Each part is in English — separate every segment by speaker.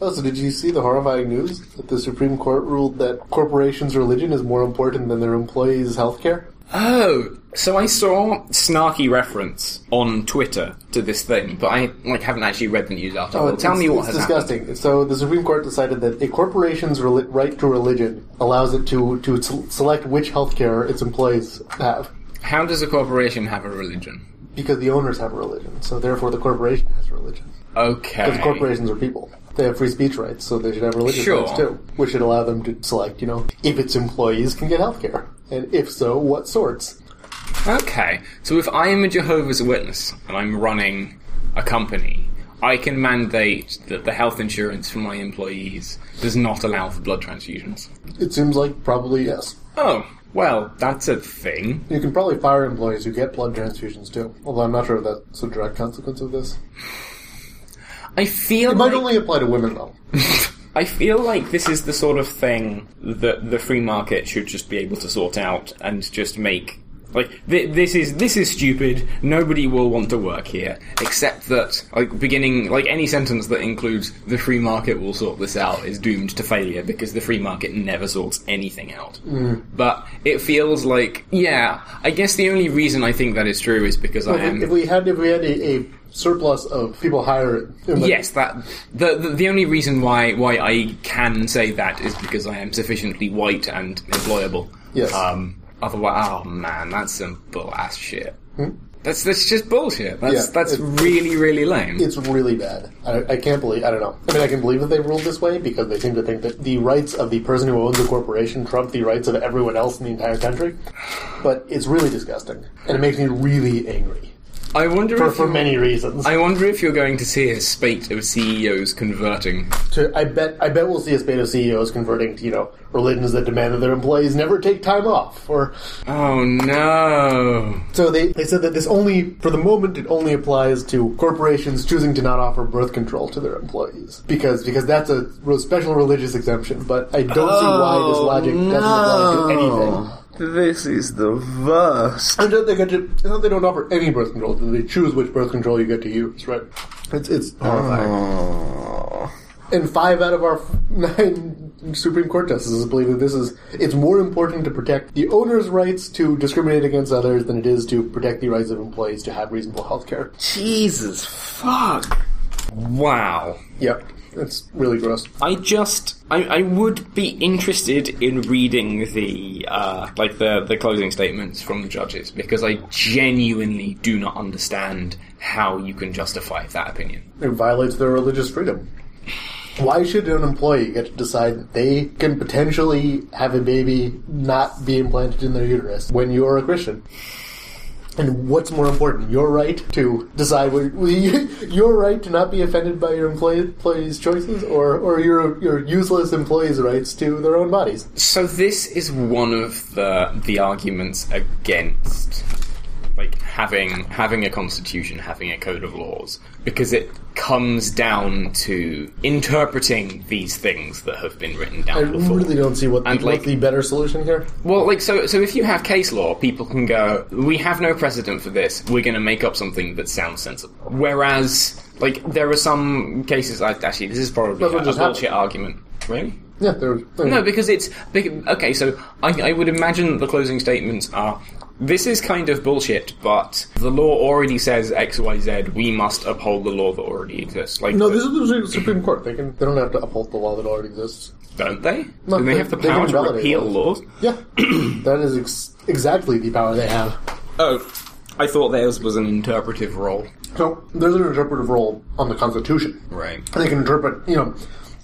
Speaker 1: Oh, so did you see the horrifying news that the Supreme Court ruled that corporations' religion is more important than their employees' healthcare?
Speaker 2: Oh, so I saw snarky reference on Twitter to this thing, but I like haven't actually read the news article.
Speaker 1: Oh,
Speaker 2: Tell
Speaker 1: it's,
Speaker 2: me what
Speaker 1: it's
Speaker 2: has happened.
Speaker 1: disgusting. So the Supreme Court decided that a corporation's reli- right to religion allows it to to s- select which healthcare its employees have
Speaker 2: How does a corporation have a religion?
Speaker 1: because the owners have a religion. So therefore, the corporation has a religion.
Speaker 2: Okay.
Speaker 1: Because corporations are people. They have free speech rights, so they should have religious
Speaker 2: Sure.
Speaker 1: rights too, which should allow them to select, you know, if its employees can get healthcare, and if so, what sorts.
Speaker 2: Okay, so if I am a Jehovah's Witness and I'm running a company, I can mandate that the health insurance for my employees does not allow for blood transfusions.
Speaker 1: It seems like probably yes.
Speaker 2: Oh, well, that's a thing.
Speaker 1: You can probably fire employees who get blood transfusions too, although I'm not sure if that's a direct consequence of this.
Speaker 2: I feel
Speaker 1: It might
Speaker 2: like,
Speaker 1: only apply to women though.
Speaker 2: I feel like this is the sort of thing that the free market should just be able to sort out and just make like th- this is this is stupid. Nobody will want to work here, except that like beginning like any sentence that includes the free market will sort this out is doomed to failure because the free market never sorts anything out. But it feels like yeah. I guess the only reason I think that is true is because I am
Speaker 1: If we had if we had a, a surplus of people hiring, and, like,
Speaker 2: yes, that the, the the only reason why why I can say that is because I am sufficiently white and employable.
Speaker 1: Yes.
Speaker 2: Um. Otherwise, oh man, that's some bull ass shit. That's that's just bullshit. That's
Speaker 1: Hmm? Yeah,
Speaker 2: that's
Speaker 1: it-
Speaker 2: really really lame.
Speaker 1: It's really bad. I, I can't believe. I don't know. I mean, I can believe that they ruled this way because they seem to think that the rights of the person who owns the corporation trump the rights of everyone else in the entire country. But it's really disgusting, and it makes me really angry
Speaker 2: I wonder
Speaker 1: for,
Speaker 2: if
Speaker 1: for
Speaker 2: you-
Speaker 1: many reasons. I,
Speaker 2: I wonder if you're going to see a spate of CEOs converting.
Speaker 1: to, I bet. I bet we'll see a spate of CEOs E converting to you know religions that demand that their employees never take time off or
Speaker 2: Oh no.
Speaker 1: So they, they said that this only, for the moment, it only applies to corporations choosing to not offer birth control to their employees because because that's a re- special religious exemption. But I don't see why
Speaker 2: Oh,
Speaker 1: this logic doesn't apply to anything.
Speaker 2: This is the worst.
Speaker 1: I don't think I should- I don't- they don't offer any birth control. They choose which birth control you get to use, right? It's it's horrifying.
Speaker 2: Oh.
Speaker 1: And five out of our nine Supreme Court justices believe that this is it's more important to protect the owner's rights to discriminate against others than it is to protect the rights of employees to have reasonable health care.
Speaker 2: Jesus fuck. Wow.
Speaker 1: Yep. It's really gross.
Speaker 2: I just I, I would be interested in reading the uh, like the the closing statements from the judges because I genuinely do not understand how you can justify that opinion.
Speaker 1: It violates their religious freedom. Why should an employee get to decide that they can potentially have a baby not be implanted in their uterus when you're a Christian? And what's more important, your right to decide what, your right to not be offended by your employee, employees' choices, or, or your your useless employees' rights to their own bodies?
Speaker 2: So this is one of the the arguments against like having having a constitution, having a code of laws, because it comes down to interpreting these things that have been written down
Speaker 1: I
Speaker 2: before.
Speaker 1: really don't see what the,
Speaker 2: And, like-
Speaker 1: what the better solution here.
Speaker 2: Well, like so, so if you have case law, people can go, "We have no precedent for this. We're going to make up something that sounds sensible." Whereas, like, there are some cases. I, actually, this is probably
Speaker 1: That's
Speaker 2: a,
Speaker 1: what
Speaker 2: a
Speaker 1: just
Speaker 2: bullshit
Speaker 1: happened.
Speaker 2: argument. Really?
Speaker 1: Yeah, there. there-
Speaker 2: No, because it's bec- okay. So I, I would imagine the closing statements are: "This is kind of bullshit, but the law already says X, Y, Z. We must uphold the law that already exists." Like,
Speaker 1: no, this is the Supreme Court. They can they don't have to uphold the law that already exists.
Speaker 2: don't they?
Speaker 1: No,
Speaker 2: Do they,
Speaker 1: they-
Speaker 2: have the
Speaker 1: they can
Speaker 2: power to
Speaker 1: invalidate
Speaker 2: repeal laws?
Speaker 1: Yeah, that is ex- exactly the power they have.
Speaker 2: Oh, I thought theirs was an interpretive role.
Speaker 1: So there's an interpretive role on the Constitution.
Speaker 2: Right.
Speaker 1: They can interpret, you know,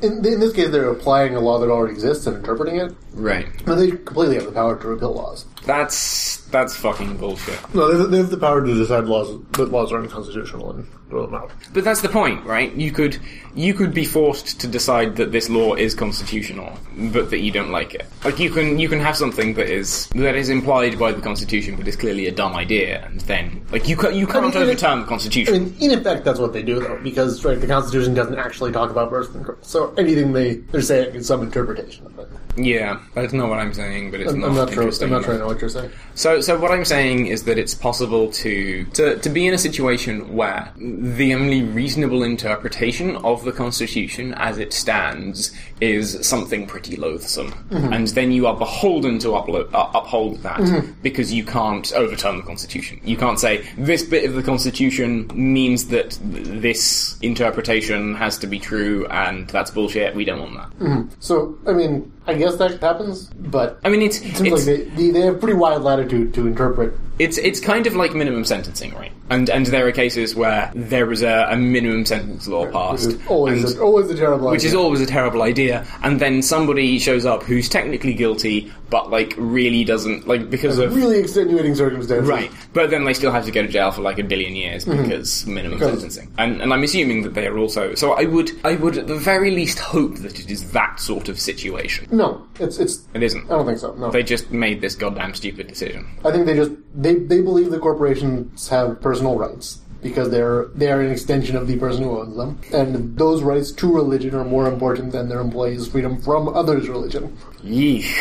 Speaker 1: in, in this case, they're applying a law that already exists and interpreting it,
Speaker 2: Right.
Speaker 1: but they completely have the power to repeal laws.
Speaker 2: That's that's fucking bullshit.
Speaker 1: No, they, they have the power to decide laws that laws are unconstitutional and throw them out.
Speaker 2: But that's the point, right? You could you could be forced to decide that this law is constitutional, but that you don't like it. Like you can you can have something that is that is implied by the Constitution, but is clearly a dumb idea, and then like you ca- you can't
Speaker 1: mean, it-
Speaker 2: overturn the
Speaker 1: I
Speaker 2: Constitution.
Speaker 1: mean, in effect, that's what they do, though, because right, the Constitution doesn't actually talk about birth control. So anything they they're saying is some interpretation of it.
Speaker 2: yeah, that's not what I'm saying, but it's
Speaker 1: I'm,
Speaker 2: not
Speaker 1: I'm not sure.
Speaker 2: interesting.
Speaker 1: I'm not sure I
Speaker 2: enough.
Speaker 1: know what what you're saying.
Speaker 2: So, so what I'm saying is that it's possible to, to to be in a situation where the only reasonable interpretation of the Constitution as it stands is something pretty loathsome,
Speaker 1: Mm-hmm.
Speaker 2: and then you are beholden to uplo- uh, uphold that because you can't overturn the Constitution. You can't say this bit of the Constitution means that th- this interpretation has to be true, and that's bullshit. We don't want that.
Speaker 1: Mm-hmm. So, I mean, I guess that happens, but
Speaker 2: I mean, it's
Speaker 1: it seems
Speaker 2: it's-
Speaker 1: like they, they, they have pretty wide latitude to interpret.
Speaker 2: It's it's kind of like minimum sentencing, right? And and there are cases where there is a, a minimum sentence law passed,
Speaker 1: Always,
Speaker 2: and-
Speaker 1: a, oh, always a terrible
Speaker 2: which is
Speaker 1: idea.
Speaker 2: always a terrible idea. And then somebody shows up who's technically guilty, but like really doesn't like because of
Speaker 1: really extenuating circumstances.
Speaker 2: right. But then they still have to go to jail for like a billion years because minimum
Speaker 1: Mm-hmm. Because-
Speaker 2: sentencing. And and I'm assuming that they are also. So I would I would at the very least hope that it is that sort of situation.
Speaker 1: No, it's it's.
Speaker 2: It isn't.
Speaker 1: I don't think so. No,
Speaker 2: They just made this goddamn stupid decision.
Speaker 1: I think they just they, they believe the corporations have personal rights because they're they are an extension of the person who owns them, and those rights to religion are more important than their employees' freedom from others' religion.
Speaker 2: Yeesh.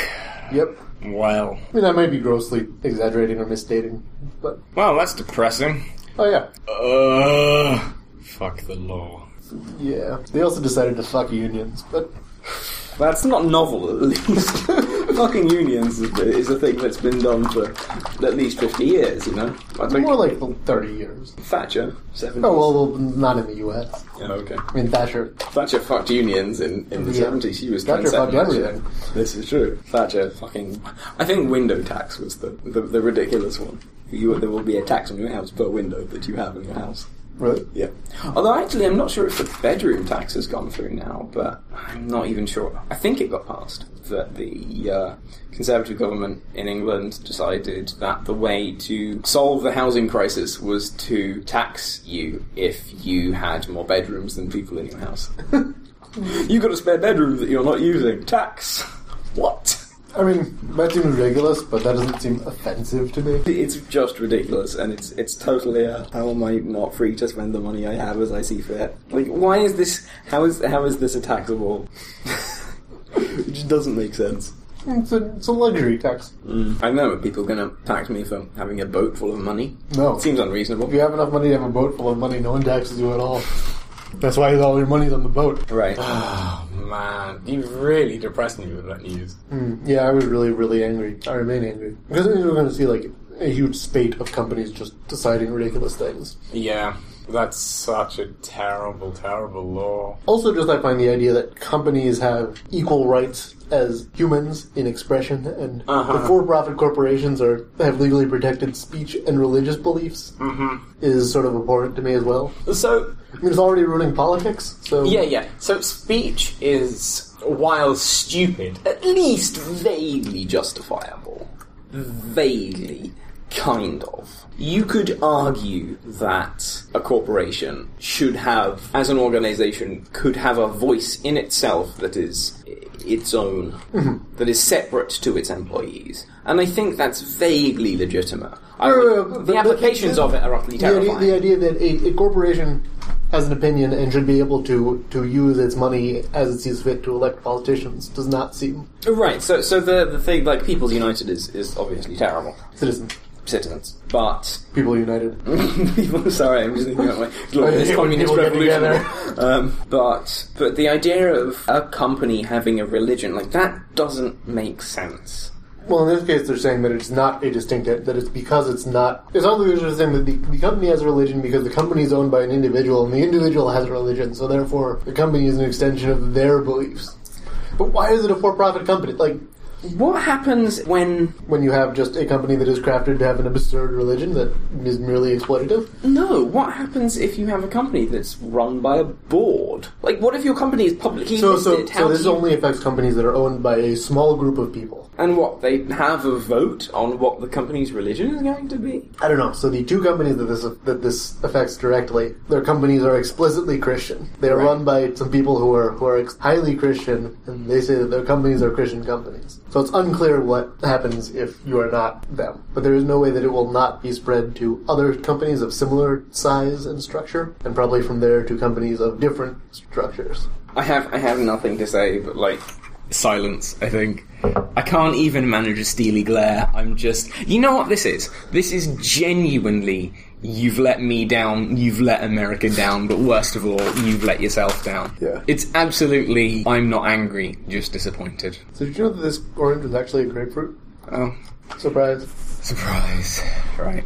Speaker 1: Yep.
Speaker 2: Well.
Speaker 1: I mean, that might be grossly exaggerating or misstating, but
Speaker 2: Well, that's depressing.
Speaker 1: oh yeah,
Speaker 2: Uh, fuck the law.
Speaker 1: yeah. They also decided to fuck unions, but
Speaker 3: That's not novel, at least. Fucking unions is, is a thing that's been done for at least 50 years, you know? I think
Speaker 1: more like thirty years.
Speaker 3: Thatcher, 70s.
Speaker 1: Oh well, well, not in the U.S.
Speaker 3: Yeah, okay.
Speaker 1: I mean, Thatcher.
Speaker 3: Thatcher fucked unions in, in the
Speaker 1: Yeah.
Speaker 3: 70s. She was
Speaker 1: Thatcher fucked
Speaker 3: trendsetting that
Speaker 1: everything.
Speaker 3: shit. This is true. Thatcher fucking. I think window tax was the, the, the ridiculous one. You, there will be a tax on your house per window that you have in your house.
Speaker 1: Really?
Speaker 3: Yeah. Although actually, I'm not sure if the bedroom tax has gone through now, but I'm not even sure. I think it got passed that the uh, Conservative government in England decided that the way to solve the housing crisis was to tax you if you had more bedrooms than people in your house. you got a spare bedroom that you're not using. Tax. What?
Speaker 1: I mean, that seems ridiculous, but that doesn't seem offensive to me.
Speaker 3: It's just ridiculous, and it's it's totally a how am I not free to spend the money I have as I see fit? Like, why is this? How is how is this a taxable? it just doesn't make sense.
Speaker 1: It's a, it's a luxury tax.
Speaker 3: I know are people going to tax me for having a boat full of money.
Speaker 1: No.
Speaker 3: It
Speaker 1: If
Speaker 3: seems
Speaker 1: you
Speaker 3: unreasonable.
Speaker 1: have enough money to have a boat full of money, no one taxes you at all. That's why all your money's on the boat.
Speaker 3: Right.
Speaker 2: Oh, Man, you really depressed me with that news.
Speaker 1: Yeah, I was really, really angry. I remain angry. Because I think we're going to see, like, a huge spate of companies just deciding ridiculous things.
Speaker 2: Yeah, that's such a terrible, terrible law.
Speaker 1: Also, just I find the idea that companies have equal rights as humans in expression, and
Speaker 2: Uh-huh.
Speaker 1: the for-profit corporations are have legally protected speech and religious beliefs
Speaker 2: Mm-hmm.
Speaker 1: is sort of abhorrent to me as well.
Speaker 2: So,
Speaker 1: I mean, it's already ruining politics, so
Speaker 2: yeah, yeah. So, speech is, while stupid,
Speaker 3: At least vaguely justifiable. Vaguely. Kind of. You could argue that a corporation should have, as an organization, could have a voice in itself that is its own,
Speaker 1: Mm-hmm.
Speaker 3: that is separate to its employees. And I think that's vaguely legitimate. I,
Speaker 1: Wait, wait, wait,
Speaker 3: the
Speaker 1: but-
Speaker 3: applications
Speaker 1: but-
Speaker 3: of it are utterly
Speaker 1: the idea,
Speaker 3: terrifying.
Speaker 1: the idea that a, a corporation has an opinion and should be able to to use its money as it sees fit to elect politicians does not seem
Speaker 3: Right, so, so the, the thing, like, People's United is, is obviously terrible.
Speaker 1: citizens.
Speaker 3: Citizens. But
Speaker 1: People united.
Speaker 3: people. Sorry, I'm just thinking that way. Look,
Speaker 1: I
Speaker 3: this
Speaker 1: hate when
Speaker 3: communist
Speaker 1: people Oh, get
Speaker 3: revolution.
Speaker 1: together.
Speaker 3: Um, but but the idea of a company having a religion like that doesn't make sense.
Speaker 1: Well, in this case, they're saying that it's not a distinct ent- that it's because it's not. It's not that they're saying that the, the company has a religion because the company is owned by an individual and the individual has a religion, so therefore the company is an extension of their beliefs. But why is it a for-profit company? Like
Speaker 3: What happens when
Speaker 1: when you have just a company that is crafted to have an absurd religion that is merely exploitative.
Speaker 3: no? What happens if you have a company that's run by a board? Like, what if your company is publicly
Speaker 1: So, so,
Speaker 3: listed?
Speaker 1: so
Speaker 3: do
Speaker 1: this
Speaker 3: you-
Speaker 1: only affects companies that are owned by a small group of people.
Speaker 3: and what they have a vote on what the company's religion is going to be?
Speaker 1: I don't know. So the two companies that this that this affects directly, their companies are explicitly Christian. They are
Speaker 3: Right.
Speaker 1: run by some people who are who are ex- highly Christian, and they say that their companies are Christian companies. So it's unclear what happens if you are not them. But there is no way that it will not be spread to other companies of similar size and structure, and probably from there to companies of different structures.
Speaker 3: I have I have nothing to say, but like silence, I think. I can't even manage a steely glare. I'm just. You know what this is? This is genuinely. You've let me down, you've let America down, but worst of all, you've let yourself down.
Speaker 1: Yeah.
Speaker 3: It's absolutely. I'm not angry, just disappointed.
Speaker 1: So did you know that this orange was actually a grapefruit?
Speaker 3: Oh,
Speaker 1: Surprise.
Speaker 3: surprise. Right.